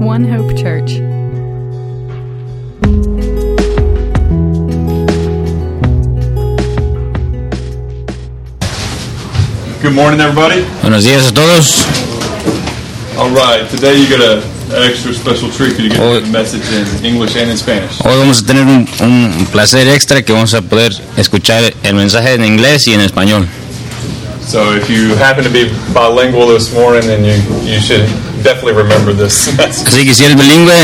One Hope Church. Good morning, everybody. Buenos días a todos. All right, today you got a, an extra special treat because you get a message in English and in Spanish. Hoy vamos a tener un, un placer extra que vamos a poder escuchar el mensaje en inglés y en español. So if you happen to be bilingual this morning, then you, you should definitely remember this message. Así que si eres bilingüe,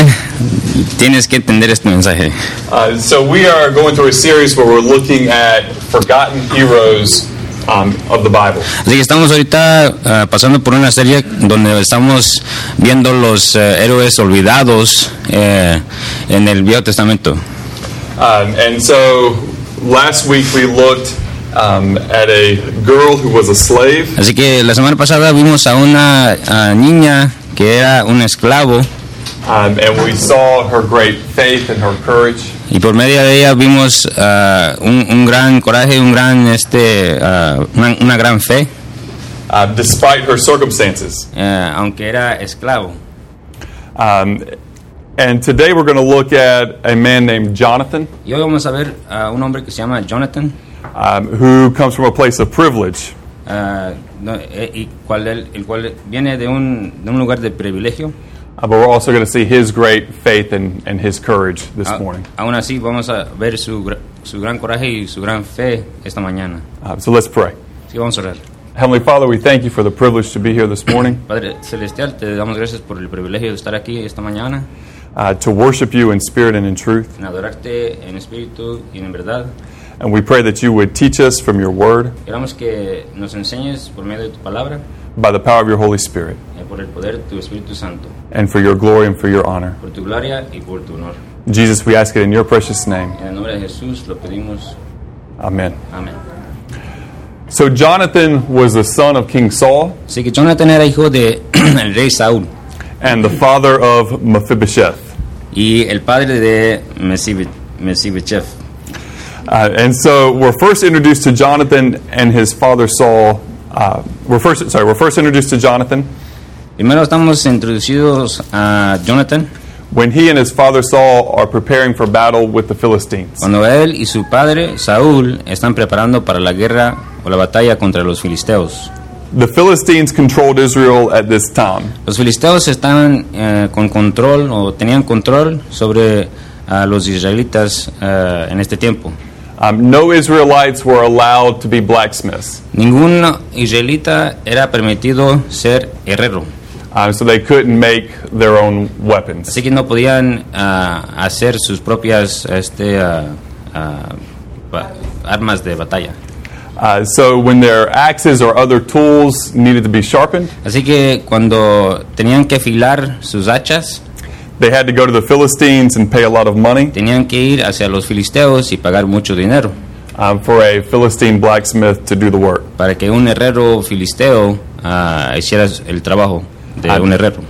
tienes que entender este mensaje. Uh, so we are going through a series where we're looking at forgotten heroes um, of the Bible. Así que estamos ahorita ah, pasando por una serie donde estamos viendo los eh, héroes olvidados eh, en el Viejo Testamento. Um, and so last week we looked um, at a girl who was a slave, Así que la semana pasada vimos a una ah, niña que era un esclavo um, and we saw her great faith and her courage. y por medio de ella vimos ah, un, un gran coraje, un gran este, ah, una- una gran fe. Uh, despite her circumstances. eh, aunque era esclavo. Um, and today we're going to look at a man named Jonathan, Y hoy vamos a ver a un hombre que se llama Jonathan, um, who comes from a place of privilege. ah, no, eh, y cual él- el cual viene de un, de un lugar de privilegio. Uh, but we're also going to see his great faith and, and his courage this A- morning. Ah, aún así vamos a ver su, gra- su gran coraje y su gran fe esta mañana. Uh, so let's pray. Así que vamos a orar. Heavenly Father, we thank you for the privilege to be here this morning, Padre Celestial, te damos gracias por el privilegio de estar aquí esta mañana, uh, to worship you in spirit and in truth. en adorarte en espíritu y en verdad. And we pray that you would teach us from your word Queramos que nos enseñes por medio de tu palabra, eh, by the power of your Holy Spirit, por el poder de tu Espíritu Santo, and for your glory and for your honor. por tu gloria y por tu honor. Jesus, we ask it in your precious name. En el nombre de Jesús lo pedimos. Amen. Amén. So Jonathan was the son of King Saul. Así que Jonathan era hijo de el rey Saúl and the father of Mephibosheth. y el padre de Mesibe- Mesibechef. Uh, and so we're first introduced to Jonathan and his father Saul. Uh, we're first sorry, we're first introduced to Jonathan Primero estamos introducidos a Jonathan when he and his father Saul are preparing for battle with the Philistines. cuando él y su padre Saúl están preparando para la guerra o la batalla contra los filisteos. The Philistines controlled Israel at this time. Los filisteos estaban eh, con control o tenían control sobre a los israelitas eh, en este tiempo. Um, no Israelites were allowed to be blacksmiths, Ningún israelita era permitido ser herrero. uh, so they couldn't make their own weapons. Así que no podían ah, hacer sus propias este, ah, ah, ba- armas de batalla. Uh, so when their axes or other tools needed to be sharpened, Así que cuando tenían que afilar sus hachas, they had to go to the Philistines and pay a lot of money. tenían que ir hacia los filisteos y pagar mucho dinero um, for a Philistine blacksmith to do the work. para que un herrero filisteo ah, hiciera el trabajo de un herrero.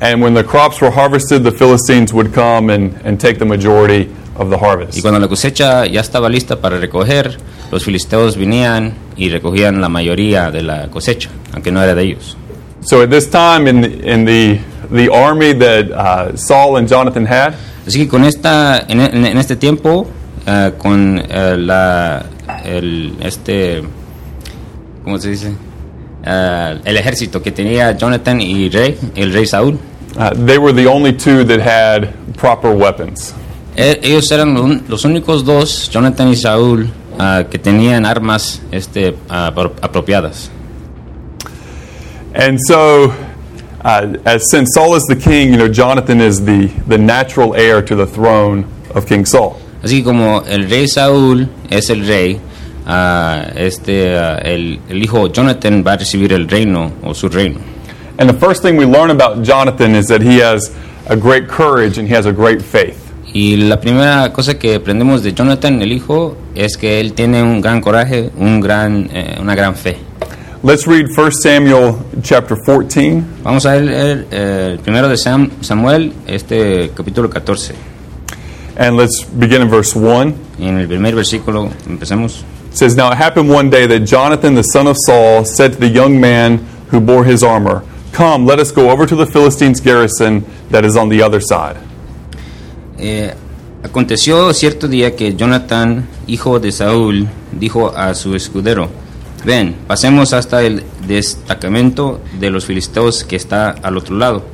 And when the crops were harvested, the Philistines would come and, and take the majority of the Y harvest. cuando la cosecha ya estaba lista para recoger, los filisteos venían y recogían la mayoría de la cosecha, aunque no era de ellos. So at this time, in the, in the, the army that uh, Saul and Jonathan had, Así que con esta, en, en- en este tiempo, ah, con eh, la, el, este, ¿cómo se dice? Ah, el ejército que tenía Jonathan y Rey, el rey Saúl, uh, they were the only two that had proper weapons. e- ellos eran lo un- los únicos dos, Jonathan y Saúl, ah, que tenían armas este, ah, apro- apropiadas. And so, uh, as since Saul is the king, you know Jonathan is the, the natural heir to the throne of King Saul. Así que como el rey Saúl es el rey, ah, este, ah, el, el hijo Jonathan va a recibir el reino o su reino. And the first thing we learn about Jonathan is that he has a great courage and he has a great faith. Y la primera cosa que aprendemos de Jonathan, el hijo, es que él tiene un gran coraje, un gran, eh, una gran fe. Let's read 1 Samuel chapter 14, Vamos a leer eh, el primero de Sam- Samuel, este capítulo 14. and let's begin in verse 1. Y en el primer versículo empecemos. It says, Now it happened one day that Jonathan the son of Saul said to the young man who bore his armor, Come, let us go over to the Philistines' garrison that is on the other side. Eh, aconteció cierto día que Jonathan, hijo de Saúl, dijo a su escudero, ven, pasemos hasta el destacamento de los filisteos que está al otro lado.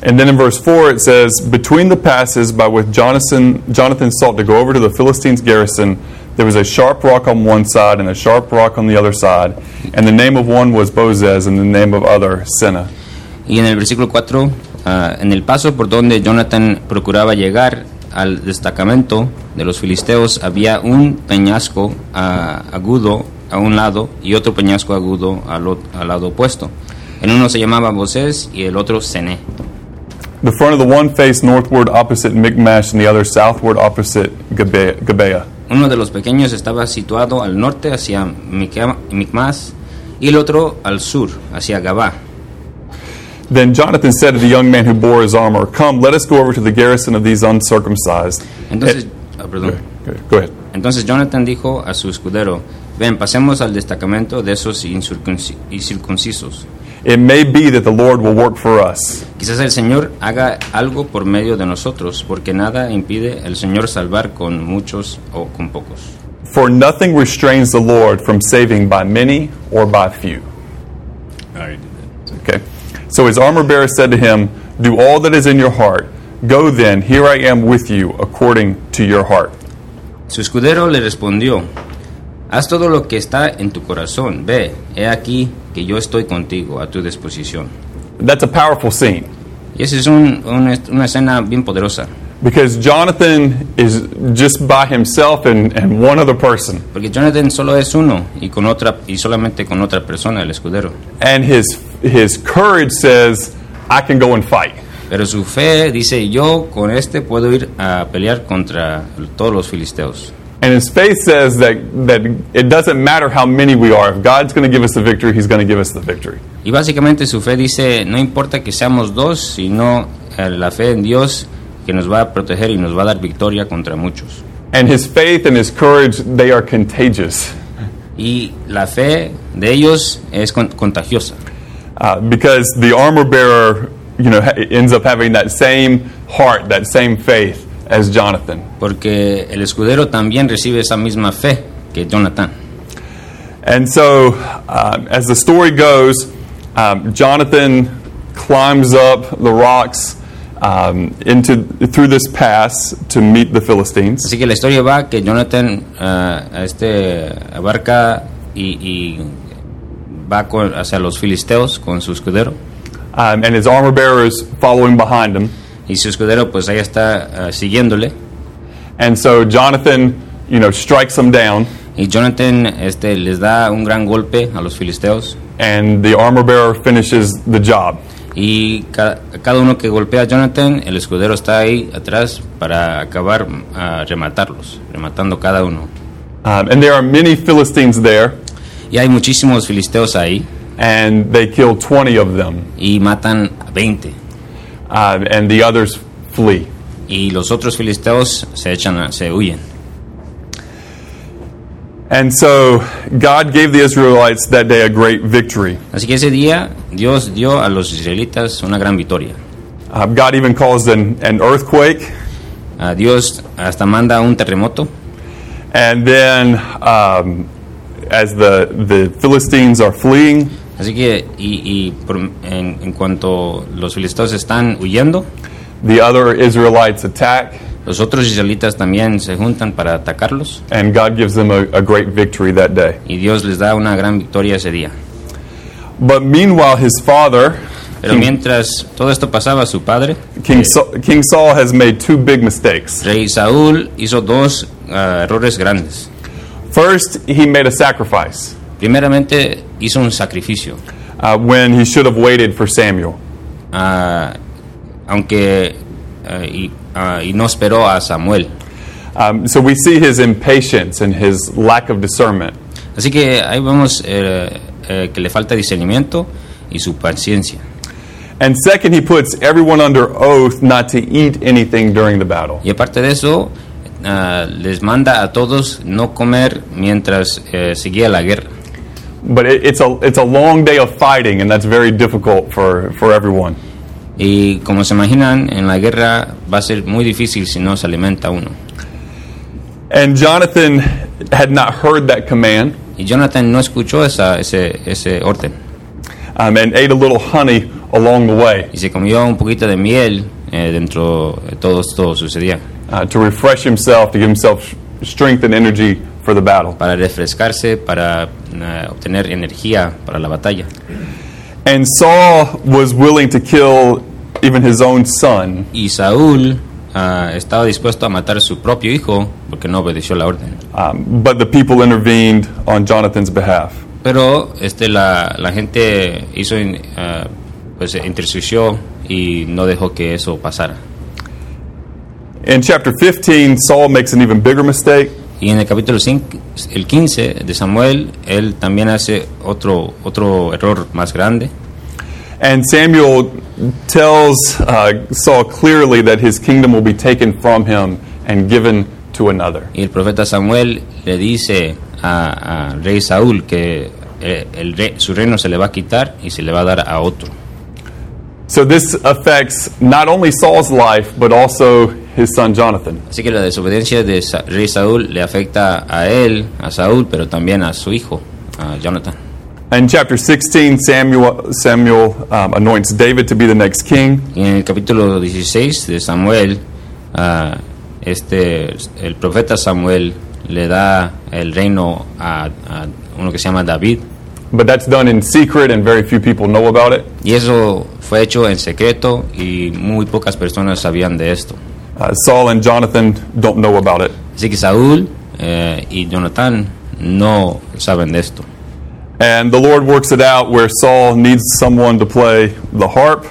And then in verse 4, it says, Between the passes by which Jonathan, Jonathan sought to go over to the Philistines' garrison, there was a sharp rock on one side and a sharp rock on the other side. And the name of one was Bozez, and the name of other, Senna. Y en el versículo 4, ah, en el paso por donde Jonathan procuraba llegar al destacamento de los filisteos, había un peñasco ah, agudo a un lado y otro peñasco agudo al, ot- al lado opuesto. En uno se llamaba Bosés y el otro Cené. The front of the one faced northward opposite Michmash, and the other southward opposite Gibe- Gibeah. Uno de los pequeños estaba situado al norte hacia Mica- Micmas y el otro al sur, hacia Gabá. Then Jonathan said to the young man who bore his armor, Come, let us go over to the garrison of these uncircumcised. Entonces, ah, perdón. Okay, Go ahead. Entonces Jonathan dijo a su escudero, ven, pasemos al destacamento de esos incircunci- incircuncisos. It may be that the Lord will work for us. Quizás el Señor haga algo por medio de nosotros, porque nada impide el Señor salvar con muchos o con pocos. For nothing restrains the Lord from saving by many or by few. Okay. So his armor bearer said to him, Do all that is in your heart. Go then, here I am with you, according to your heart. Su escudero le respondió, haz todo lo que está en tu corazón, ve, he aquí que yo estoy contigo a tu disposición. That's a powerful scene Y esa es un- una- una escena bien poderosa, because Jonathan is just by himself and, and one other person. porque Jonathan solo es uno y, con otra, y solamente con otra persona, el escudero. and his his courage says, "I can go and fight." Pero su fe dice, yo con este puedo ir a pelear contra todos los filisteos. And his faith says that that it doesn't matter how many we are. If God's going to give us the victory, He's going to give us the victory. Y básicamente su fe dice, no importa que seamos dos, sino eh, la fe en Dios que nos va a proteger y nos va a dar victoria contra muchos. And his faith and his courage they are contagious Y la fe de ellos es con- contagiosa, uh, because the armor bearer, you know, ha- ends up having that same heart, that same faith as Jonathan. porque el escudero también recibe esa misma fe que Jonathan. And so, um, as the story goes, um, Jonathan climbs up the rocks um, into through this pass to meet the Philistines. Así que la historia va que Jonathan ah, a este abarca y, y va con- hacia los filisteos con su escudero. Um, and his armor bearer is following behind him. Y su escudero pues ahí está ah, siguiéndole. And so Jonathan, you know, strikes him down, Y Jonathan este, les da un gran golpe a los filisteos. and the armor bearer finishes the job. Y ca- cada uno que golpea a Jonathan, el escudero está ahí atrás para acabar, a rematarlos, rematando cada uno. Um, and there are many Philistines there, Y hay muchísimos filisteos ahí and they kill 20 of them, y matan a 20. um, and the others flee. Y los otros filisteos se echan, a- se huyen. And so God gave the Israelites that day a great victory. Así que ese día Dios dio a los israelitas una gran victoria. Um, God even caused an, an earthquake, A Dios hasta manda un terremoto and then um, as the, the Philistines are fleeing, Así que, y, y por- en, en cuanto los filisteos están huyendo, the other Israelites attack, los otros israelitas también se juntan para atacarlos and God gives them a, a great victory that day. y Dios les da una gran victoria ese día. But meanwhile, his father, Pero mientras todo esto pasaba, su padre, King, Saul, King Saul, has made two big mistakes. rey Saúl, hizo dos ah, errores grandes. First, he made a sacrifice Primeramente, hizo un sacrificio, uh, when he should have waited for Samuel. ah, aunque ah, y, ah, y no esperó a Samuel. Um, so we see his impatience and his lack of discernment. Así que ahí vemos eh, eh, que le falta discernimiento y su paciencia. And second, he puts everyone under oath not to eat anything during the battle. Y aparte de eso, ah, les manda a todos no comer mientras eh, seguía la guerra. But it, it's a it's a long day of fighting, and that's very difficult for, for everyone. Y como se imaginan, en la guerra va a ser muy difícil si no se alimenta uno. And Jonathan had not heard that command Y Jonathan no escuchó esa, ese, ese orden um, and ate a little honey along the way y se comió un poquito de miel eh, dentro de todo esto sucedía uh, to refresh himself, to give himself strength and energy for the battle. para refrescarse, para eh, obtener energía para la batalla. And Saul was willing to kill even his own son. Y Saúl ah, estaba dispuesto a matar a su propio hijo porque no obedeció la orden. Um, but the people intervened on Jonathan's behalf. Pero este, la, la gente hizo, in- ah, pues eh, intercedió y no dejó que eso pasara. In chapter 15, Saul makes an even bigger mistake. Y en el capítulo 5, el 15 de Samuel, él también hace otro, otro error más grande. And Samuel tells uh, Saul clearly that his kingdom will be taken from him and given to another. Y el profeta Samuel le dice a, a rey Saúl que eh, el re- su reino se le va a quitar y se le va a dar a otro. So this affects not only Saul's life, but also his son Jonathan. Así que la desobediencia de Sa- rey Saúl le afecta a él, a Saúl, pero también a su hijo, a Jonathan. In chapter 16, Samuel, Samuel um, anoints David to be the next king. Y en el capítulo 16 de Samuel, ah, este, el profeta Samuel le da el reino a, a uno que se llama David. But that's done in secret, and very few people know about it. Y eso fue hecho en secreto y muy pocas personas sabían de esto. Uh, Saul and Jonathan don't know about it. Así que Saúl eh, y Jonathan no saben de esto. And the Lord works it out where Saul needs someone to play the harp,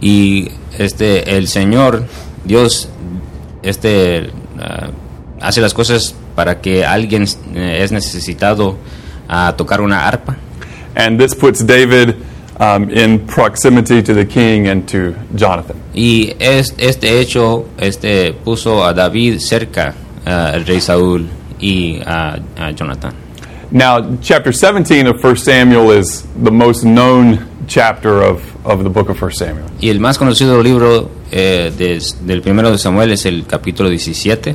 Y este, el Señor, Dios, este, ah, hace las cosas para que alguien eh, es necesitado a tocar una arpa. and this puts David um, in proximity to the king and to Jonathan. Y es- este hecho este, puso a David cerca ah, al rey Saúl y a, a Jonathan. Now, chapter 17 of 1 Samuel is the most known chapter of, of the book of 1 Samuel. Y el más conocido libro eh, de- del primero de Samuel es el capítulo 17.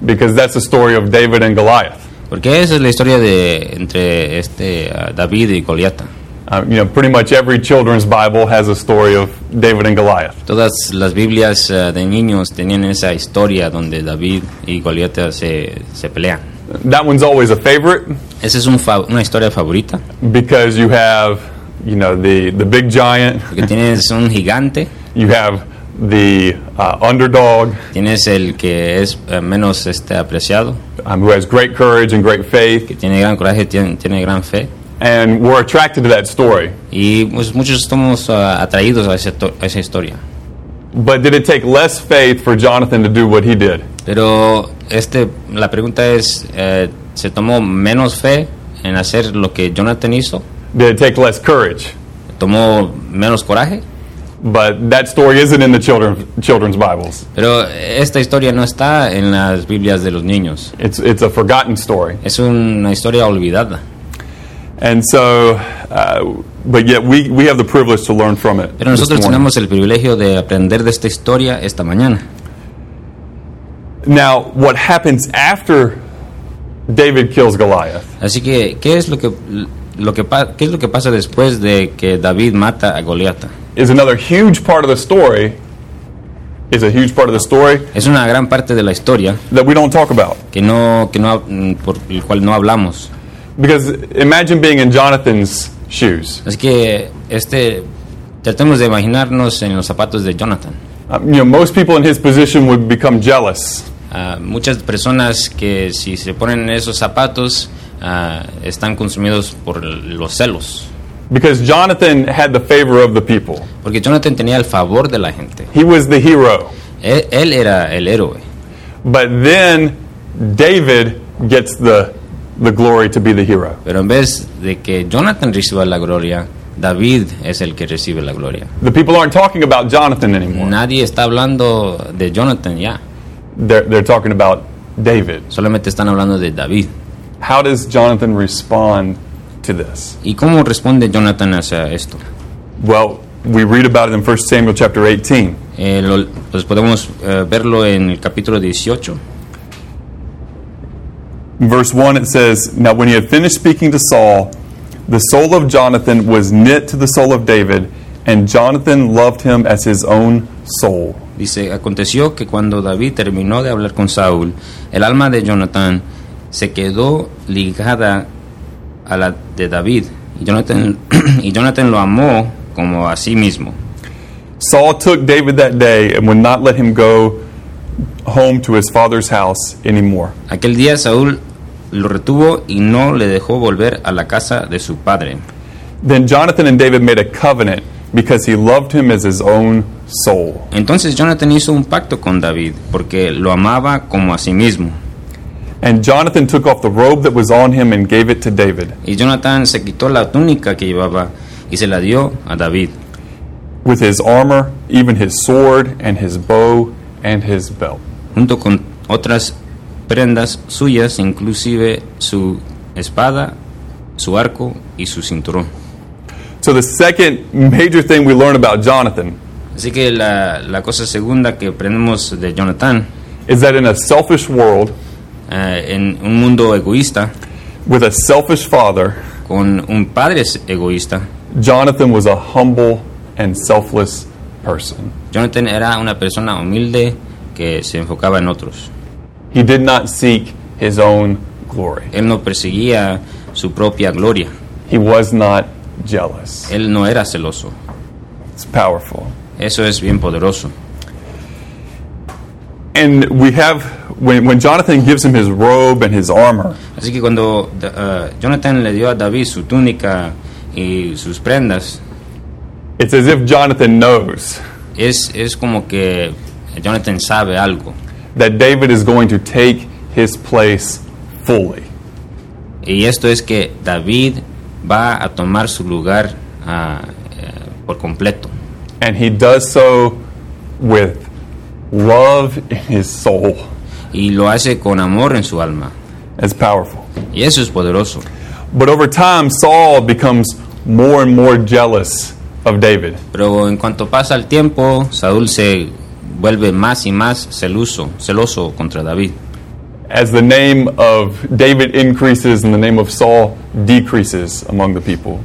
because that's the story of David and Goliath. Porque esa es la historia de entre este ah, David y Goliat. Uh, you know, pretty much every children's Bible has a story of David and Goliath. Todas las Biblias ah, de niños tenían esa historia donde David y Goliat se, se pelean. That one's always a favorite Esa es un fa- una historia favorita, because you have, you know, the, the big giant, porque tienes un gigante, you have the uh, underdog tienes el que es eh, menos este, apreciado, um, who has great courage and great que faith, tiene gran coraje, tiene, tiene gran fe. and we're attracted to that story. Y pues, muchos estamos ah, atraídos a, ese to- a esa historia. But did it take less faith for Jonathan to do what he did? Pero este, la pregunta es, eh, ¿se tomó menos fe en hacer lo que Jonathan hizo? Did it take less courage? tomó menos coraje, But that story isn't in the children, children's Bibles. pero esta historia no está en las Biblias de los niños. It's, it's a forgotten story. Es una historia olvidada, And so, uh, but yet we, we have the privilege to learn from it. pero this nosotros morning. tenemos el privilegio de aprender de esta historia esta mañana. Now, what happens after David kills Goliath? Así que, ¿qué es lo que, lo que, pa- qué es lo que pasa después de que David mata a Goliat? Is another huge part of the story, is a huge part of the story Es una gran parte de la historia that we don't talk about. que no, que no, mm, por el cual no hablamos. Because imagine being in Jonathan's shoes. Así que este, tratemos de imaginarnos en los zapatos de Jonathan. Um, you know, most people in his position would become jealous. Ah, muchas personas que si se ponen esos zapatos ah, están consumidos por los celos. Because Jonathan had the favor of the people. Porque Jonathan tenía el favor de la gente. He was the hero. Él, él era el héroe. But then David gets the, the glory to be the hero. Pero en vez de que Jonathan reciba la gloria, David es el que recibe la gloria. The people aren't talking about Jonathan anymore. Nadie está hablando de Jonathan ya. They're, they're talking about David. Solamente están hablando de David. How does Jonathan respond to this? ¿Y cómo responde Jonathan hacia esto? Well, we read about it in 1 Samuel chapter 18. Eh, lo- pues podemos eh, verlo en el capítulo 18. In verse 1, it says, Now when he had finished speaking to Saul, the soul of Jonathan was knit to the soul of David, and Jonathan loved him as his own soul. Dice, aconteció que cuando David terminó de hablar con Saúl, el alma de Jonathan se quedó ligada a la de David. Y Jonathan, y Jonathan lo amó como a sí mismo. Saul took David that day and would not let him go home to his father's house anymore. Aquel día Saúl lo retuvo y no le dejó volver a la casa de su padre. Then Jonathan and David made a covenant because he loved him as his own soul. Entonces Jonathan hizo un pacto con David porque lo amaba como a sí mismo. And Jonathan took off the robe that was on him and gave it to David. Y Jonathan se quitó la túnica que llevaba y se la dio a David. with his armor, even his sword and his bow and his belt. junto con otras prendas suyas, inclusive su espada, su arco y su cinturón. So the second major thing we learn about Jonathan Así que la, la cosa segunda que aprendemos de Jonathan, is that in a selfish world eh, en un mundo egoísta, with a selfish father, con un padre es- egoísta, Jonathan was a humble and selfless person. Jonathan era una persona humilde que se enfocaba en otros. He did not seek his own glory. Él no perseguía su propia gloria, He was not jealous. él no era celoso. It's powerful. Eso es bien poderoso. And we have when, when Jonathan gives him his robe and his armor, Así que cuando da- eh, Jonathan le dio a David su túnica y sus prendas, it's as if Jonathan knows es, es como que Jonathan sabe algo that David is going to take his place fully. y esto es que David va a tomar su lugar ah, eh, por completo And he does so with love in his soul. y lo hace con amor en su alma It's powerful. y eso es poderoso But over time, Saul becomes more and more jealous of David. pero en cuanto pasa el tiempo Saúl se vuelve más y más celoso celoso contra David As the name of David increases and the name of Saul decreases among the people.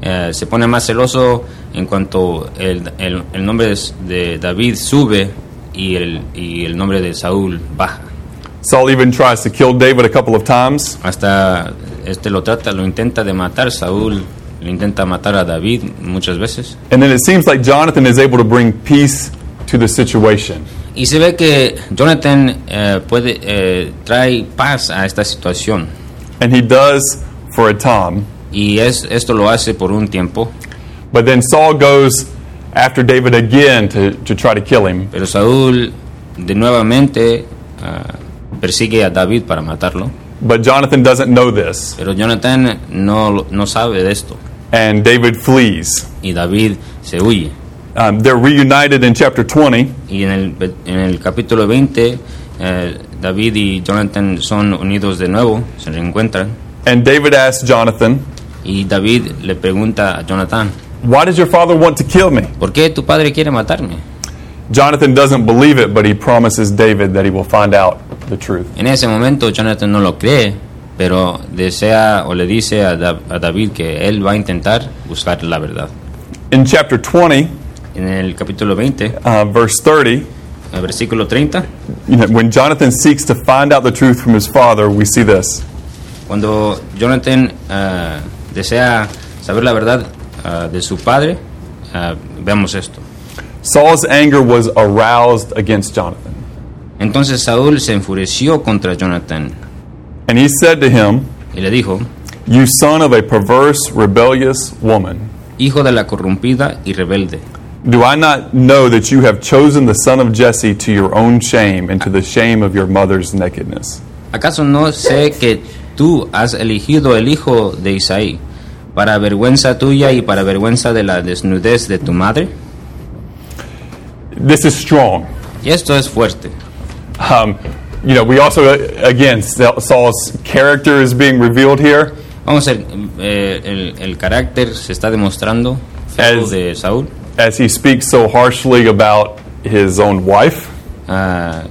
Eh, se pone más celoso en cuanto el, el- el nombre de, de David sube y el, y el nombre de Saúl baja Saul even tries to kill David a couple of times, Hasta este lo trata, lo intenta de matar. Saúl le intenta matar a David muchas veces. and then it seems like Jonathan is able to bring peace to the situation. Y se ve que Jonathan eh, puede eh, trae paz a esta situación. And he does for a time. Y es, esto lo hace por un tiempo. But then Saul goes after David again to, to try to kill him. Pero Saúl de nuevamente ah, persigue a David para matarlo. But Jonathan doesn't know this, Pero Jonathan no, lo- no sabe de esto. and David flees. Y David se huye. Um, they're reunited in chapter 20, Y en el, ve- en el capítulo 20, eh, David y Jonathan son unidos de nuevo, se reencuentran. and David asks Jonathan, Y David le pregunta a Jonathan, Why does your father want to kill me? ¿por qué tu padre quiere matarme? Jonathan doesn't believe it, but he promises David that he will find out the truth. En ese momento Jonathan no lo cree, pero desea o le dice a, Da- a David que él va a intentar buscar la verdad. In chapter 20, En el capítulo 20, el uh, verse 30, versículo 30, you know, when Jonathan seeks to find out the truth from his father, we see this. cuando Jonathan ah, desea saber la verdad ah, de su padre, ah, veamos esto. Saul's anger was aroused against Jonathan. Entonces Saúl se enfureció contra Jonathan And he said to him, y le dijo, You son of a perverse, rebellious woman, hijo de la corrompida y rebelde. do I not know that you have chosen the son of Jesse to your own shame and to the shame of your mother's nakedness? ¿Acaso no sé que tú has elegido el hijo de Isaí para vergüenza tuya y para vergüenza de la desnudez de tu madre? This is strong. Y esto es fuerte. uh, Um, you know, we also, uh, again, Sa- Saul's character is being revealed here. Vamos a ver, eh, el, el carácter se está demostrando feo As- de Saúl. as he speaks so harshly about his own wife, Ah,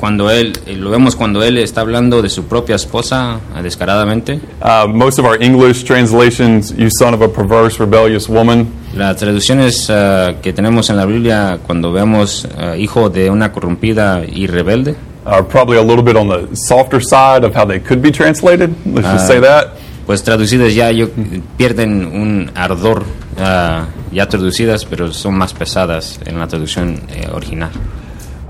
cuando él, eh, lo vemos cuando él está hablando de su propia esposa ah, descaradamente. uh, most of our English translations, you son of a perverse, rebellious woman. Las traducciones ah, que tenemos en la Biblia cuando vemos ah, hijo de una corrompida y rebelde, are probably a little bit on the softer side of how they could be translated. Let's just say that. pues traducidas ya yo, pierden un ardor ah, ya traducidas, pero son más pesadas en la traducción eh, original.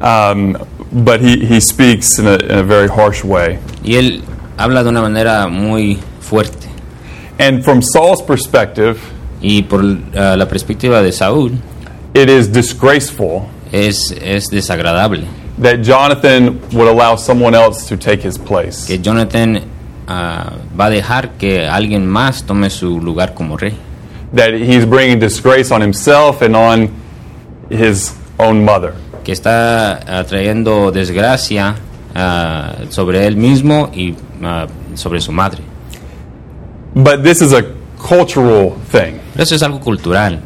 Um, but he, he speaks in a, in a very harsh way. Y él habla de una manera muy fuerte. And from Saul's perspective, Y por ah, la perspectiva de Saúl, it is disgraceful es, es desagradable that Jonathan would allow someone else to take his place. que Jonathan ah, va a dejar que alguien más tome su lugar como rey. That he's bringing disgrace on himself and on his own mother. que está ah, trayendo desgracia ah, sobre él mismo y ah, sobre su madre. But this is a cultural thing. Pero eso es algo cultural.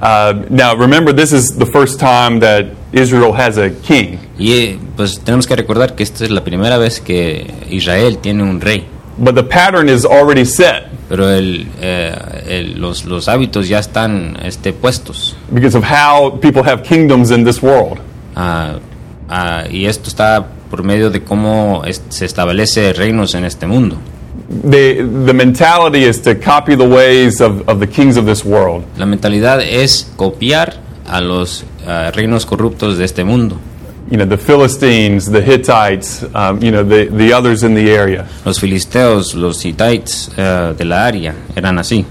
Uh, now, remember, this is the first time that Israel has a king. Y eh, pues tenemos que recordar que esta es la primera vez que Israel tiene un rey, But the pattern is already set. pero el, eh, el- los, los hábitos ya están este, puestos. because of how people have kingdoms in this world. Ah, ah, y esto está por medio de cómo es- se establece reinos en este mundo. The, the mentality is to copy the ways of, of the kings of this world. La mentalidad es copiar a los ah, reinos corruptos de este mundo. You know, the Philistines, the Hittites, um, you know, the, the others in the area. Los filisteos, los hitites eh, de la área eran así.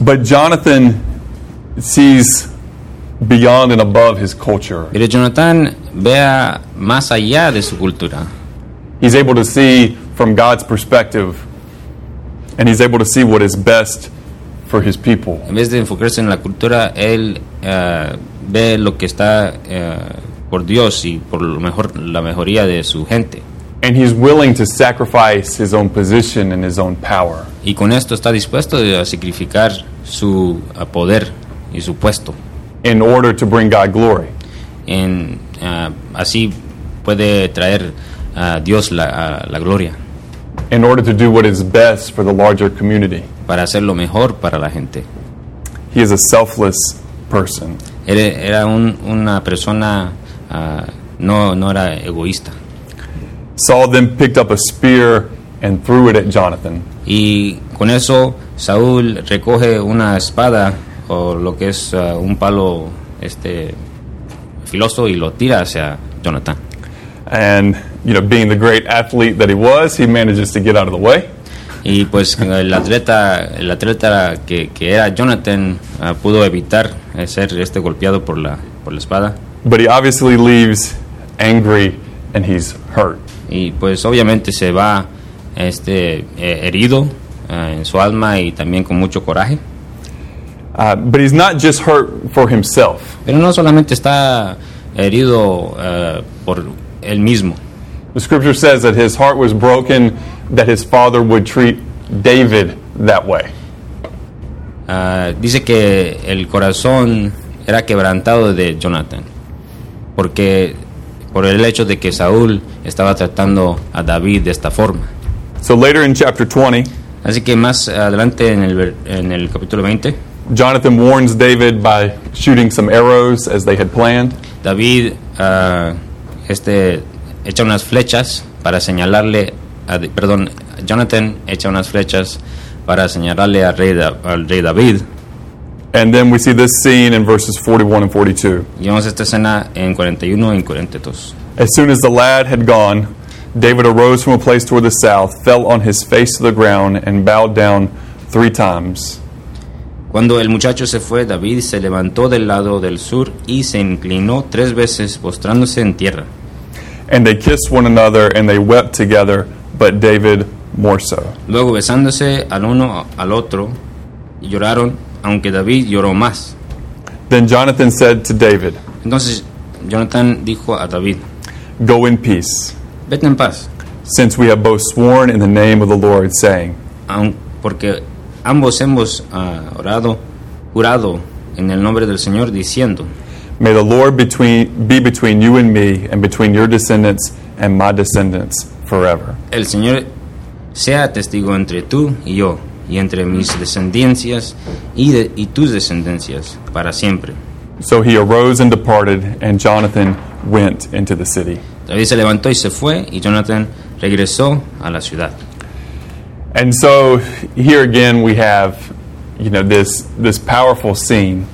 But Jonathan sees beyond and above his culture. Pero Jonathan vea más allá de su cultura. He's able to see from God's perspective, and he's able to see what is best for his people. En vez de enfocarse en la cultura, él eh, ve lo que está eh, por Dios y por lo mejor, la mejoría de su gente. And he's willing to sacrifice his own position and his own power. Y con esto está dispuesto a sacrificar su eh, poder y su puesto. in order to bring God glory. En, eh, así puede traer a Dios la- a- la gloria in order to do what is best for the larger community. para hacer lo mejor para la gente. He is a selfless person. Era, era un- una persona, ah, no, no era egoísta. Saul then picked up a spear and threw it at Jonathan. Y con eso Saúl recoge una espada o lo que es ah, un palo este, filoso y lo tira hacia Jonathan. And, you know, being the great athlete that he was, he manages to get out of the way. Y pues el atleta, el atleta que, que era Jonathan ah, pudo evitar eh, ser este golpeado por la, por la espada. But he obviously leaves angry and he's hurt. Y pues obviamente se va este, eh, herido ah, en su alma y también con mucho coraje. Uh, but he's not just hurt for himself. Pero no solamente está herido eh, por él mismo. The scripture says that his heart was broken, that his father would treat David that way. Ah, dice que el corazón era quebrantado de Jonathan, porque por el hecho de que Saúl estaba tratando a David de esta forma. So later in chapter 20, Así que más adelante en el, ver- en el capítulo 20, Jonathan warns David by shooting some arrows as they had planned. David ah, este, echa unas flechas para señalarle, a, de- perdón, Jonathan echa unas flechas para señalarle al rey, Da- al rey David And then we see this scene in verses 41 and 42. Y vemos esta escena en 41 y en 42. As soon as the lad had gone, David arose from a place toward the south, fell on his face to the ground, and bowed down three times. Cuando el muchacho se fue, David se levantó del lado del sur y se inclinó tres veces postrándose en tierra. And they kissed one another, and they wept together, but David more so. Luego besándose al uno al otro, lloraron, aunque David lloró más. Then Jonathan said to David, Entonces Jonathan dijo a David, Go in peace. vete en paz. since we have both sworn in the name of the Lord, saying, aun- porque ambos hemos ah, orado, jurado en el nombre del Señor diciendo, May the Lord between, be between you and me, and between your descendants and my descendants forever. el Señor sea testigo entre tú y yo, y entre mis descendencias y, de- y tus descendencias para siempre. So he arose and departed, and Jonathan went into the city. David se levantó y se fue, y Jonathan regresó a la ciudad. And so here again we have, you know, this this powerful scene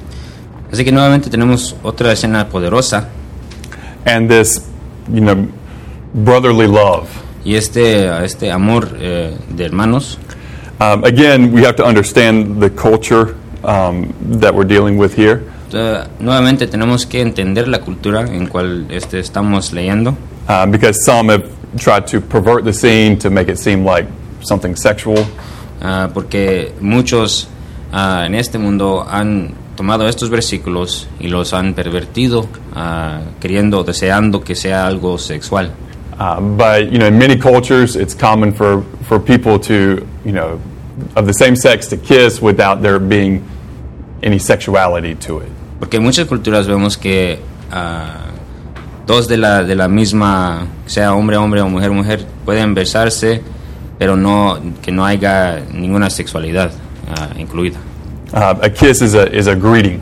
Así que nuevamente tenemos otra escena poderosa and this, you know, brotherly love. y este, este amor eh, de hermanos. Um, again, we have to understand the culture um, that we're dealing with here. Eh, nuevamente tenemos que entender la cultura en cual este, estamos leyendo. uh, because some have tried to pervert the scene to make it seem like something sexual. Ah, porque muchos ah, en este mundo han tomado estos versículos y los han pervertido, ah, queriendo, deseando que sea algo sexual. Uh, but you know, in many cultures, it's common for, for people to you know of the same sex to kiss without there being any sexuality to it. Porque en muchas culturas vemos que ah, dos de la, de la misma, sea hombre, hombre o mujer, mujer, pueden besarse, pero no, que no haya ninguna sexualidad ah, incluida. Uh, a kiss is a is a greeting.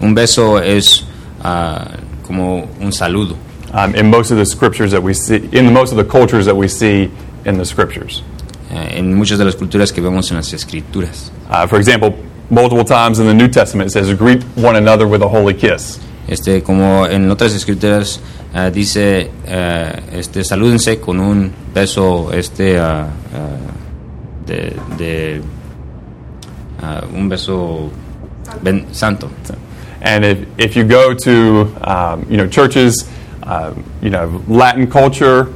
Un beso es ah, como un saludo. Um, in most of the scriptures that we see, in most of the cultures that we see in the scriptures, eh, en muchas de las culturas que vemos en las escrituras. uh, for example, multiple times in the New Testament it says, "Greet one another with a holy kiss." Este, como en otras escrituras ah, dice, eh, este, salúdense con un beso, este, ah, ah, de, de, ah, un beso ben- santo. And if, if you go to um, you know churches, uh, you know Latin culture,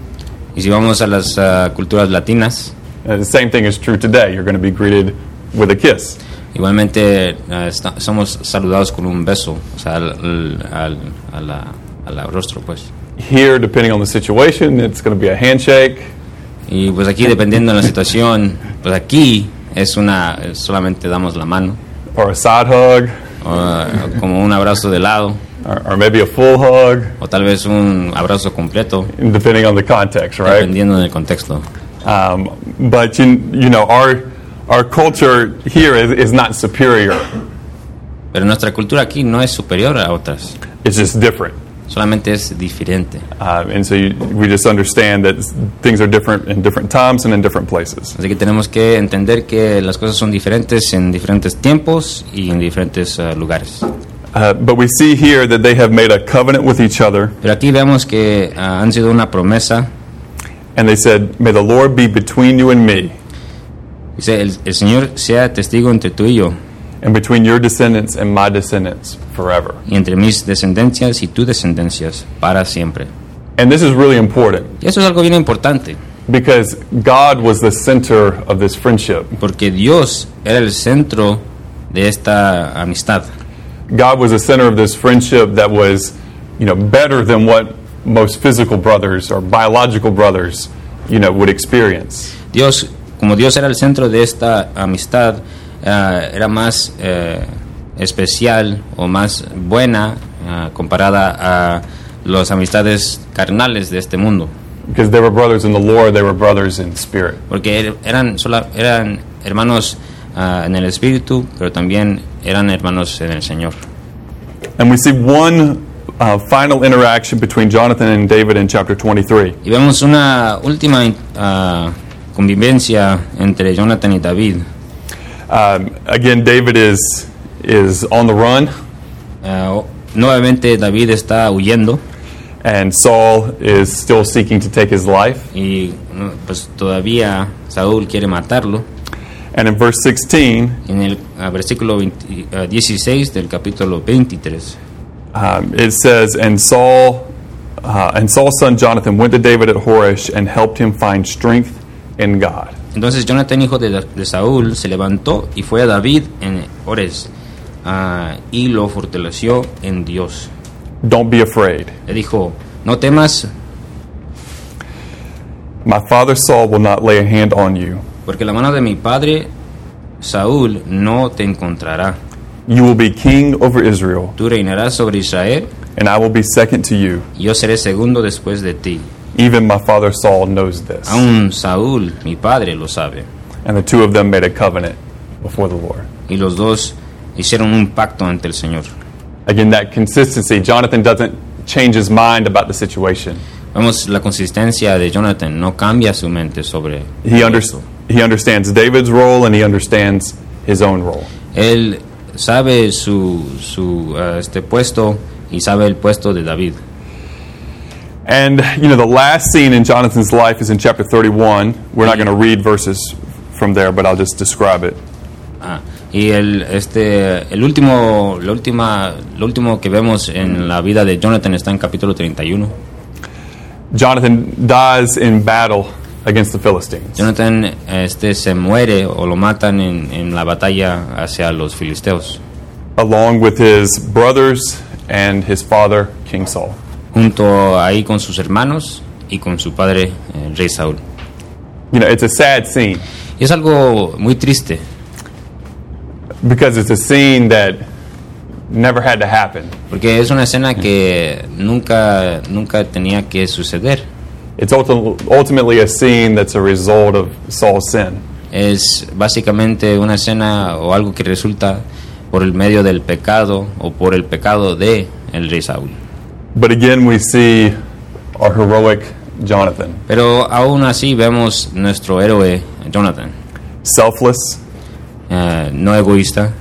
Y si vamos a las ah, culturas latinas, uh, the same thing is true today. You're going to be greeted with a kiss. igualmente ah, esta- somos saludados con un beso, o sea, al, al- al- a la- a la rostro, pues. Here, depending on the situation, it's going to be a handshake. Y pues aquí, dependiendo de la situación, pues aquí es una, solamente damos la mano, Or a side hug, o Ah, como un abrazo de lado, or, or maybe a full hug, o tal vez un abrazo completo, depending on the context, right? dependiendo del contexto. Um, but you, you know, our our culture here is, is not superior; Pero nuestra cultura aquí no es superior a otras, it's just different. solamente es diferente. Uh, and so you, we just understand that things are different in different times and in different places. Así que tenemos que entender que las cosas son diferentes en diferentes tiempos y en diferentes eh, lugares. Uh, but we see here that they have made a covenant with each other, Pero aquí vemos que ah, han sido una promesa. and they said, May the Lord be between you and me, Dice, el, el Señor sea testigo entre tú y yo, and between your descendants and my descendants forever. y entre mis descendencias y tus descendencias, para siempre. And this is really important Y eso es algo bien importante, because God was the center of this friendship. porque Dios era el centro de esta amistad. God was the center of this friendship that was, you know, better than what most physical brothers or biological brothers, you know, would experience. Dios, como Dios era el centro de esta amistad, ah, era más eh, especial o más buena ah, comparada a las amistades carnales de este mundo, Because they were brothers in the Lord, they were brothers in spirit. porque er- eran, sola- eran hermanos ah, en el Espíritu, pero también eran hermanos en el Señor. And we see one uh, final interaction between Jonathan and David in chapter 23. Y vemos una última ah, convivencia entre Jonathan y David. Um, again, David is is on the run, Ah, o- nuevamente David está huyendo and Saul is still seeking to take his life. y no, pues todavía Saúl quiere matarlo. And in verse 16, En el ah, versículo 20 ah, 16 del capítulo 23 um, it says, "And Saul, uh, and Saul's son Jonathan went to David at Horesh and helped him find strength in God." Entonces Jonathan, hijo de, Da- de Saúl, se levantó y fue a David en Ores ah, y lo fortaleció en Dios. Don't be afraid. Le dijo, no temas, My father Saul will not lay a hand on you. porque la mano de mi padre Saúl no te encontrará. You will be king over Israel, Tú reinarás sobre Israel, and I will be second to you. y yo seré segundo después de ti. Even my father Saul knows this. Aún Saúl, mi padre, lo sabe. And the two of them made a covenant before the Lord. Y los dos hicieron un pacto ante el Señor. Again, that consistency. Jonathan doesn't change his mind about the situation. Vemos la consistencia de Jonathan, no cambia su mente sobre... He, under- he understands David's role and he understands his own role. Él sabe su, su eh, este puesto y sabe el puesto de David. And, you know, the last scene in Jonathan's life is in chapter 31. We're not going to read verses from there, but I'll just describe it. Ah, y el, este, el último, la última, lo último que vemos en la vida de Jonathan está en capítulo 31. Jonathan dies in battle against the Philistines. Jonathan este, se muere o lo matan en, en la batalla hacia los filisteos, along with his brothers and his father, King Saul. junto ahí con sus hermanos y con su padre, eh, rey Saúl. You know, it's a sad scene Y es algo muy triste, because it's a scene that never had to happen. porque es una escena que nunca, nunca tenía que suceder. It's ulti- ultimately a scene that's a result of Saul's sin. es básicamente una escena o algo que resulta por el medio del pecado o por el pecado de el rey Saúl. But again, we see our heroic Jonathan, Pero aún así vemos nuestro héroe Jonathan, selfless, eh, no egoísta,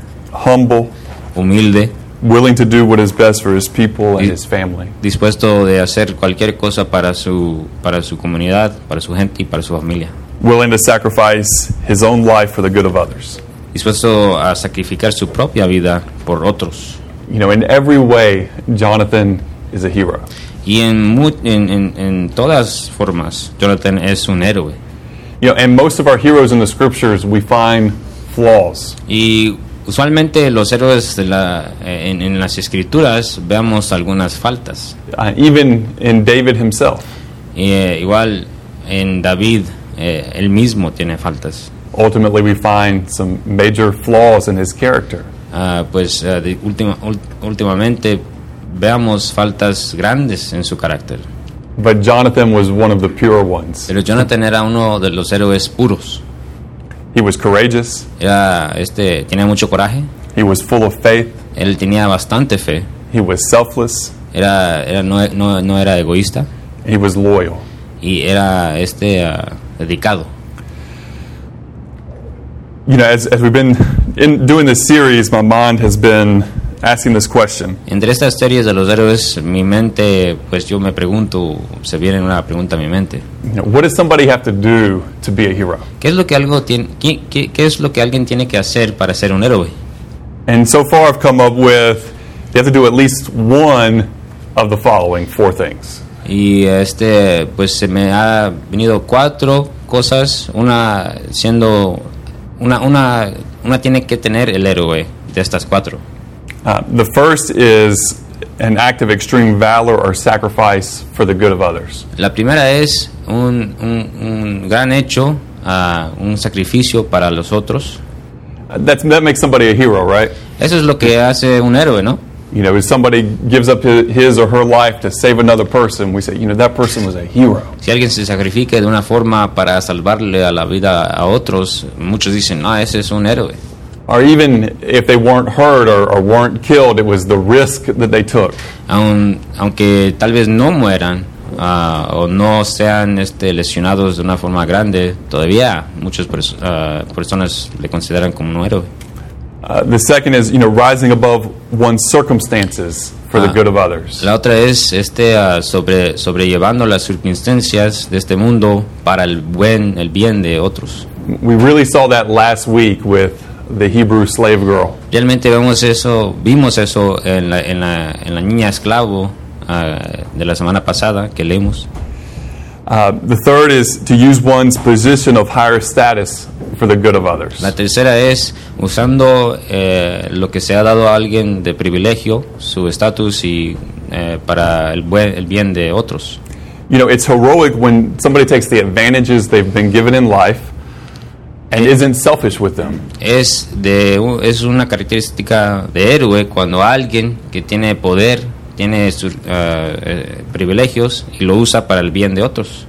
humble, humilde, willing to do what is best for his people and Y- his family. dispuesto de hacer cualquier cosa para su para su comunidad, para su gente y para su familia, Willing to sacrifice his own life for the good of others. dispuesto a sacrificar su propia vida por otros. You know, in every way, Jonathan is a hero. Y en, mu- en, en, en todas formas, Jonathan es un héroe. You know, and most of our heroes in the scriptures, we find flaws. Y usualmente los héroes de la- eh, en, en las escrituras veamos algunas faltas. Uh, even in David himself, Eh, igual en David, eh, él mismo tiene faltas. ultimately we find some major flaws in his character. Ah, pues eh, de última- ul- últimamente veamos faltas grandes en su carácter. But Jonathan was one of the pure ones. Pero Jonathan era uno de los héroes puros. He was courageous, Era, este, tenía mucho coraje, he was full of faith, él tenía bastante fe, he was selfless, era, era, no, no- no era egoísta he was loyal. y era este, ah, dedicado. You know, as, as we've been in doing this series, my mind has been asking this question Entre estas series de los héroes, mi mente, pues yo me pregunto, se viene una pregunta a mi mente. you know, what does somebody have to do to be a hero? ¿Qué es lo que algo tiene, qué, qué- qué es lo que alguien tiene que hacer para ser un héroe? And so far, I've come up with you have to do at least one of the following four things. Y este, pues se me ha venido cuatro cosas, una siendo, una, una, una tiene que tener el héroe de estas cuatro. Uh, the first is an act of extreme valor or sacrifice for the good of others. La primera es un, un- un gran hecho, ah, un sacrificio para los otros. Uh, That's, that makes somebody a hero, right? Eso es lo que hace un héroe, ¿no? You know, if somebody gives up hi- his or her life to save another person, we say, you know, that person was a hero. Si alguien se sacrifica de una forma para salvarle a la vida a otros, muchos dicen, ah, ese es un héroe. Or even if they weren't hurt or, or weren't killed, it was the risk that they took. Aun- aunque tal vez no mueran ah, o no sean este, lesionados de una forma grande, todavía muchas pers- ah, personas le consideran como un héroe. Uh, the second is, you know, rising above one's circumstances for the Ah. good of others. La otra es este, ah, sobre, sobrellevando las circunstancias de este mundo para el, buen, el bien de otros. We really saw that last week with the Hebrew slave girl. Realmente vemos eso, vimos eso en la, en la, en la niña esclavo ah, de la semana pasada que leemos. Uh, the third is to use one's position of higher status for the good of others. La tercera es usando eh, lo que se ha dado a alguien de privilegio, su estatus y eh, para el, buen- el bien de otros. you know, it's heroic when somebody takes the advantages they've been given in life and isn't selfish with them. Es, de, es una característica de héroe cuando alguien que tiene poder, tiene sus ah, eh, privilegios y lo usa para el bien de otros.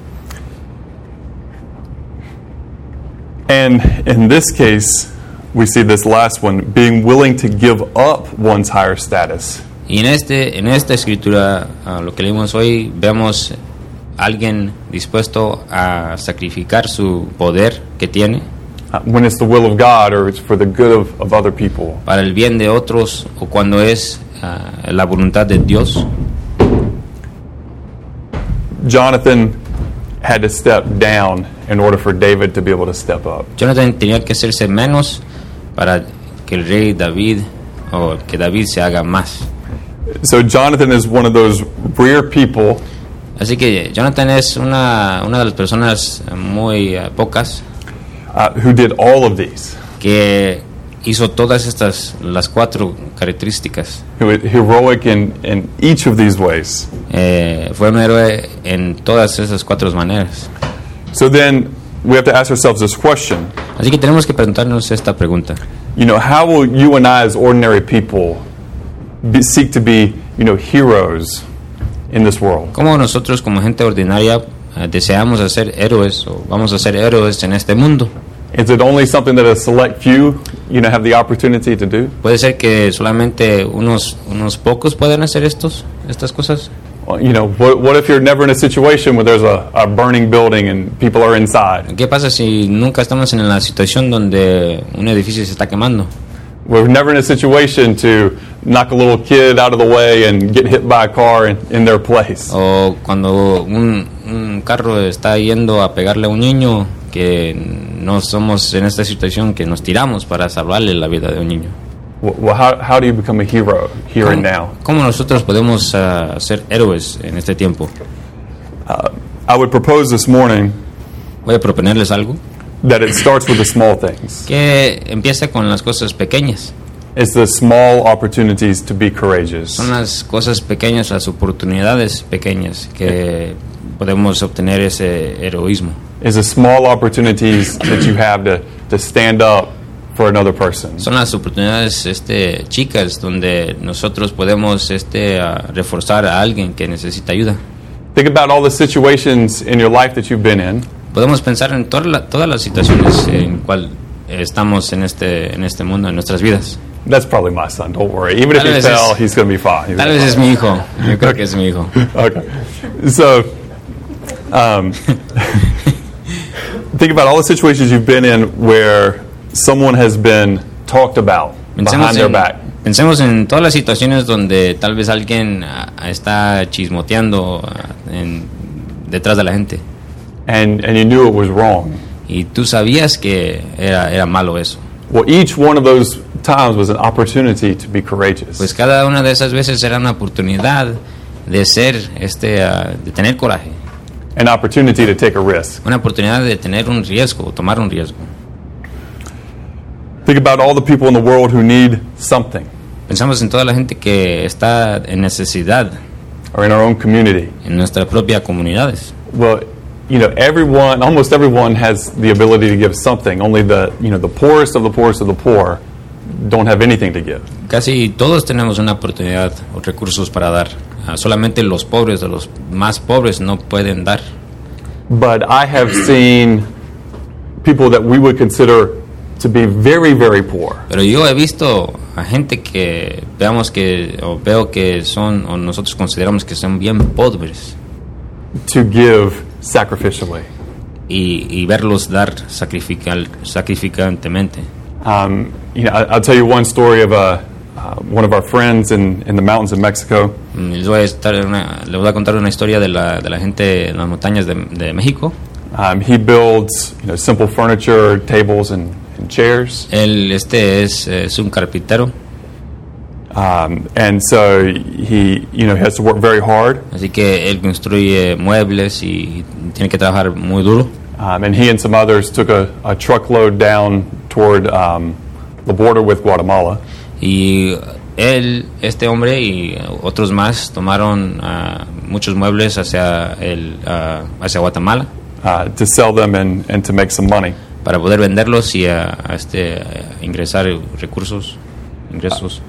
And in this case, we see this last one being willing to give up one's higher status. Y en, este, en esta escritura, ah, lo que leímos hoy, vemos alguien dispuesto a sacrificar su poder que tiene uh, when it's the will of God or it's for the good of, of other people. para el bien de otros o cuando es ah, la voluntad de Dios. Jonathan had to step down in order for David to be able to step up. Jonathan tenía que hacerse menos para que el rey David o que David se haga más. So Jonathan is one of those rare people Así que Jonathan es una, una de las personas muy eh, pocas uh, who did all of these, que hizo todas estas, las cuatro características. who is heroic in, in each of these ways. Eh, fue un héroe en todas esas cuatro maneras. So then we have to ask ourselves this question. Así que tenemos que preguntarnos esta pregunta. You know, how will you and I as ordinary people be, seek to be, you know, heroes in this world? ¿Cómo nosotros como gente ordinaria eh, deseamos hacer héroes o vamos a ser héroes en este mundo? Is it only something that a select few, you know, have the opportunity to do? ¿Puede ser que solamente unos, unos pocos puedan hacer estos, estas cosas? Well, You know, what, what if you're never in a situation where there's a, a burning building and people are inside? ¿Qué pasa si nunca estamos en la situación donde un edificio se está quemando? We're never in a situation to knock a little kid out of the way and get hit by a car in, in their place. O cuando un, un carro está yendo a pegarle a un niño que no somos en esta situación que nos tiramos para salvarle la vida de un niño. Well, well, how, how do you become a hero here and now? ¿Cómo nosotros podemos ah, ser héroes en este tiempo? I would propose this morning Voy a proponerles algo that it starts with the small things. que empieza con las cosas pequeñas. It's the small opportunities to be courageous. Son las cosas pequeñas, las oportunidades pequeñas que podemos obtener ese heroísmo. It's the small opportunities that you have to, to stand up for another person. Son las oportunidades este, chicas donde nosotros podemos este, ah, reforzar a alguien que necesita ayuda. Think about all the situations in your life that you've been in Podemos pensar en toda la- todas las situaciones en cual estamos en este, en este mundo, en nuestras vidas. That's probably my son. Don't worry. Even if Tal you vez tell, es- he's going to be fine. He's Tal gonna vez es mi hijo, yo creo que es mi hijo. be fine. Okay. So, um, think about all the situations you've been in where someone has been talked about Pensemos behind their en, back. pensemos en todas las situaciones donde tal vez alguien ah, está chismoteando ah, en- detrás de la gente And, and you knew it was wrong. y tú sabías que era, era malo eso. Well, each one of those times was an opportunity to be courageous. Pues cada una de esas veces era una oportunidad de ser, este, ah, de tener coraje, an opportunity to take a risk. una oportunidad de tener un riesgo, tomar un riesgo. Think about all the people in the world who need something, Pensamos en toda la gente que está en necesidad or in our own community. en nuestras propias comunidades. Well, you know, everyone, almost everyone has the ability to give something. Only the, you know, the poorest of the poorest of the poor don't have anything to give. Casi todos tenemos una oportunidad o recursos para dar. Ah, Solamente los pobres o los más pobres no pueden dar. But I have seen people that we would consider to be very, very poor Pero yo he visto a gente que veamos que o veo que son o nosotros consideramos que son bien pobres to give sacrificially. y, y verlos dar sacrifical, sacrificantemente. Um, you know, I, I'll tell you one story of a, uh, one of our friends in, in the mountains of Mexico. Mm, Les voy a, estar en una- les voy a contar una historia de la, de la gente en las montañas de, de México. Um, he builds you know, simple furniture, tables, and, and chairs. Él este es, es un carpintero, Um, and so he, you know, has to work very hard. así que él construye muebles y tiene que trabajar muy duro. Um, and he and some others took a, a truckload down toward um, the border with Guatemala. Y él, este hombre y otros más tomaron ah, muchos muebles hacia, el, ah, hacia Guatemala uh, to sell them and, and to make some money. para poder venderlos y a, a este, a ingresar recursos, ingresos.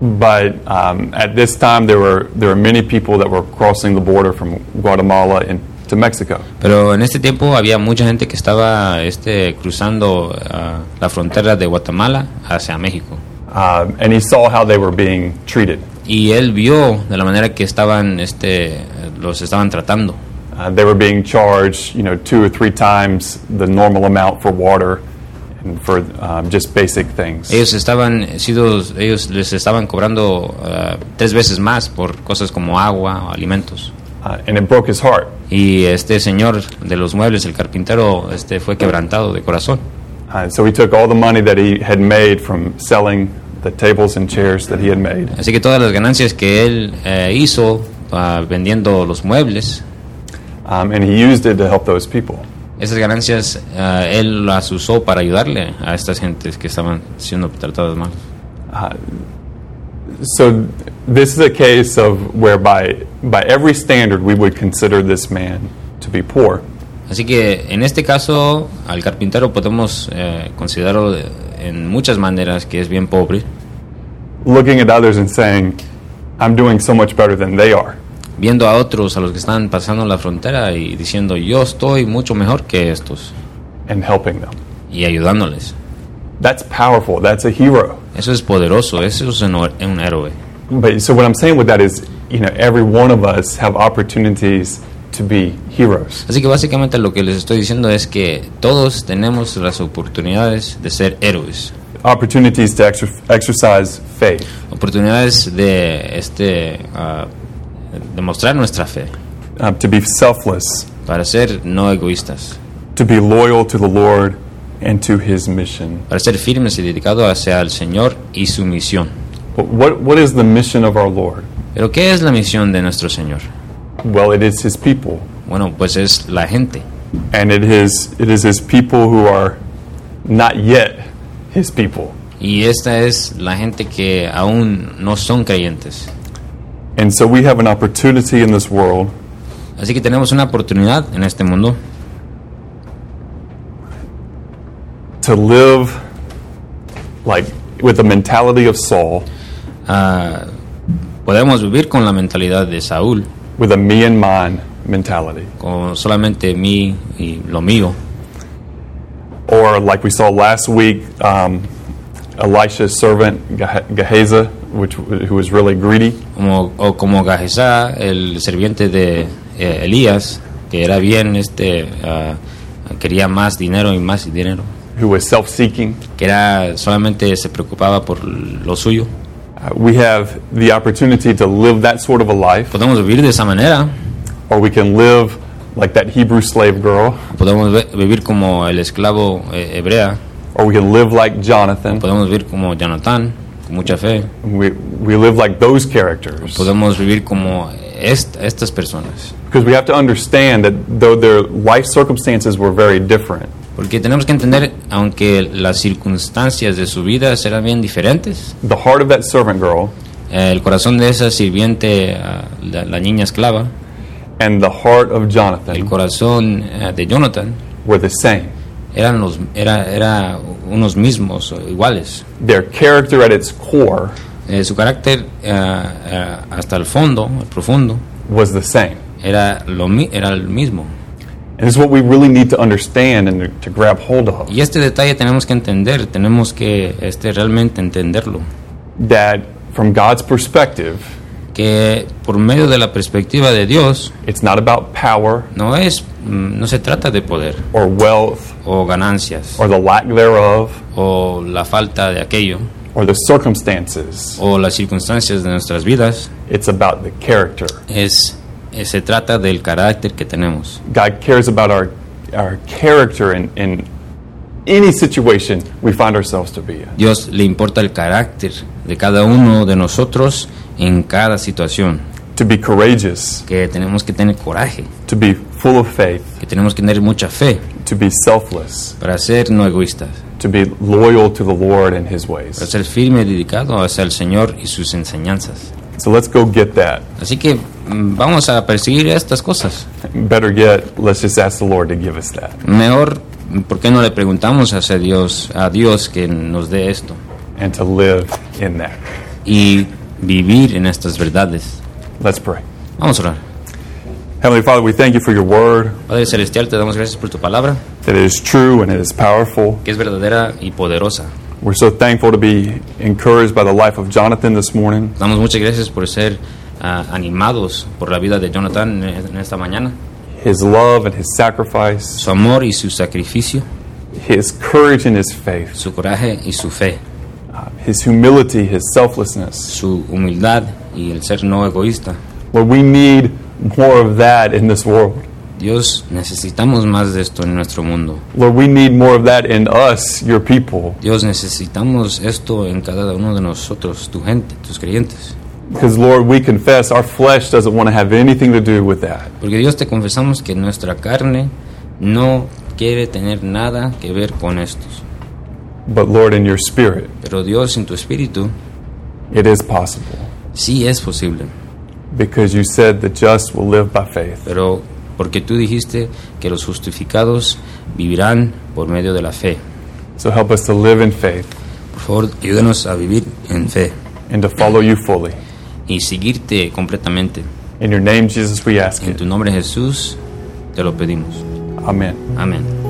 But um, at this time, there were there were many people that were crossing the border from Guatemala into Mexico, Pero en este tiempo había mucha gente que estaba este, cruzando ah, la frontera de Guatemala hacia México. um, and he saw how they were being treated. Y él vio de la manera que estaban, este, los estaban tratando. Uh, they were being charged, you know, two or three times the normal amount for water and for um, just basic things. Ellos estaban, sido- ellos les estaban cobrando ah, tres veces más por cosas como agua o alimentos. Uh, and it broke his heart. Y este señor de los muebles, el carpintero, este fue quebrantado de corazón. Uh, so he took all the money that he had made from selling the tables and chairs that he had made, Así que todas las ganancias que él eh, hizo ah, vendiendo los muebles, um, and he used it to help those people. esas ganancias ah, él las usó para ayudarle a estas gentes que estaban siendo tratadas mal. So th- this is a case of where, by by every standard, we would consider this man to be poor. Así que en este caso al carpintero podemos eh, considerarlo de- en muchas maneras que es bien pobre, Looking at others and saying, "I'm doing so much better than they are." viendo a otros, a los que están pasando la frontera y diciendo yo estoy mucho mejor que estos and helping them. y ayudándoles. That's powerful. That's a hero. Eso es poderoso, eso es un, un héroe. But so what I'm saying with that is, you know, every one of us have opportunities to be heroes. Así que básicamente lo que les estoy diciendo es que todos tenemos las oportunidades de ser héroes, Opportunities to exer- exercise faith, oportunidades de este ah, demostrar nuestra fe, uh, to be selfless, para ser no egoístas, to be loyal to the Lord and to His mission. para ser firmes y dedicados hacia el Señor y su misión. But what what is the mission of our Lord? Pero ¿qué es la misión de nuestro Señor? Well, it is His people, Bueno, pues es la gente. and it is it is His people who are not yet His people. Y esta es la gente que aún no son creyentes. And so we have an opportunity in this world Así que tenemos una oportunidad en este mundo to live like with the mentality of Saul, Ah, podemos vivir con la mentalidad de Saúl, with a me and mine mentality. con solamente mí y lo mío. Or, like we saw last week, um, Elisha's servant Geha- Gehazi, which, who was really greedy, Como, o como Gajezá, el serviente de eh, Elías, que era bien, este, ah, quería más dinero y más dinero, who was self seeking. que era solamente se preocupaba por lo suyo. Uh, we have the opportunity to live that sort of a life, Podemos vivir de esa manera, or we can live like that Hebrew slave girl, podemos ve- vivir como el esclavo eh, hebrea, or we can live like Jonathan. podemos vivir como Jonathan, con mucha fe, We, we live like those characters. podemos vivir como est- estas personas. Because we have to understand that though their life circumstances were very different, Porque tenemos que entender, aunque las circunstancias de su vida serán bien diferentes, the heart of that servant girl eh, el corazón de esa sirviente, ah, la, la niña esclava, and the heart of el Jonathan corazón eh, de Jonathan, were the same. eran los, era, era unos mismos, o iguales. Their character at its core Eh, su carácter ah, ah, hasta el fondo, el profundo, was the same. era, lo, mi- era el mismo. And it's what we really need to understand and to, to grab hold of Y este detalle tenemos que entender, tenemos que este, realmente entenderlo. that from God's perspective, Que por medio de la perspectiva de Dios, it's not about power no es mm, no se trata de poder or wealth o ganancias or the lack thereof o la falta de aquello or the circumstances. o las circunstancias de nuestras vidas It's about the character. es eh, se trata del carácter que tenemos God cares about our, our character in, in any situation we find ourselves to be in. Dios le importa el carácter de cada uno de nosotros en cada situación To be courageous, que tenemos que tener coraje to be full of faith, que tenemos que tener mucha fe to be selfless, para ser no egoístas to be loyal to the Lord and His para ways. ser firme y dedicado hacia el Señor y sus enseñanzas So let's go get that. así que mm, vamos a perseguir estas cosas. Better yet, let's just ask the Lord to give us that. Mejor, ¿por qué no le preguntamos a Dios, a Dios que nos dé esto? and to live in that. Y vivir en estas verdades. Let's pray. Vamos a orar. Heavenly Father, we thank you for your word, Padre Celestial, te damos gracias por tu palabra, that it is true and it is powerful. que es verdadera y poderosa. We're so thankful to be encouraged by the life of Jonathan this morning. Damos muchas gracias por ser ah, animados por la vida de Jonathan en en esta mañana. His love and his sacrifice, Su amor y su sacrificio, his courage and his faith, su coraje y su fe, his humility, his selflessness. su humildad y el ser no egoísta. Lord, we need more of that in this world. Dios, necesitamos más de esto en nuestro mundo. Lord, we need more of that in us, your people, Dios, necesitamos esto en cada uno de nosotros, tu gente, tus creyentes. because Lord, we confess our flesh doesn't want to have anything to do with that. Porque Dios te confesamos que nuestra carne no quiere tener nada que ver con estos. But Lord, in your spirit, Pero Dios, en tu espíritu, it is possible. sí es posible. Because you said the just will live by faith. Pero porque tú dijiste que los justificados vivirán por medio de la fe. So help us to live in faith Por favor, ayúdanos a vivir en fe and to follow you fully. y seguirte completamente. In your name, Jesus, we ask En it. tu nombre Jesús te lo pedimos. Amen. Amén.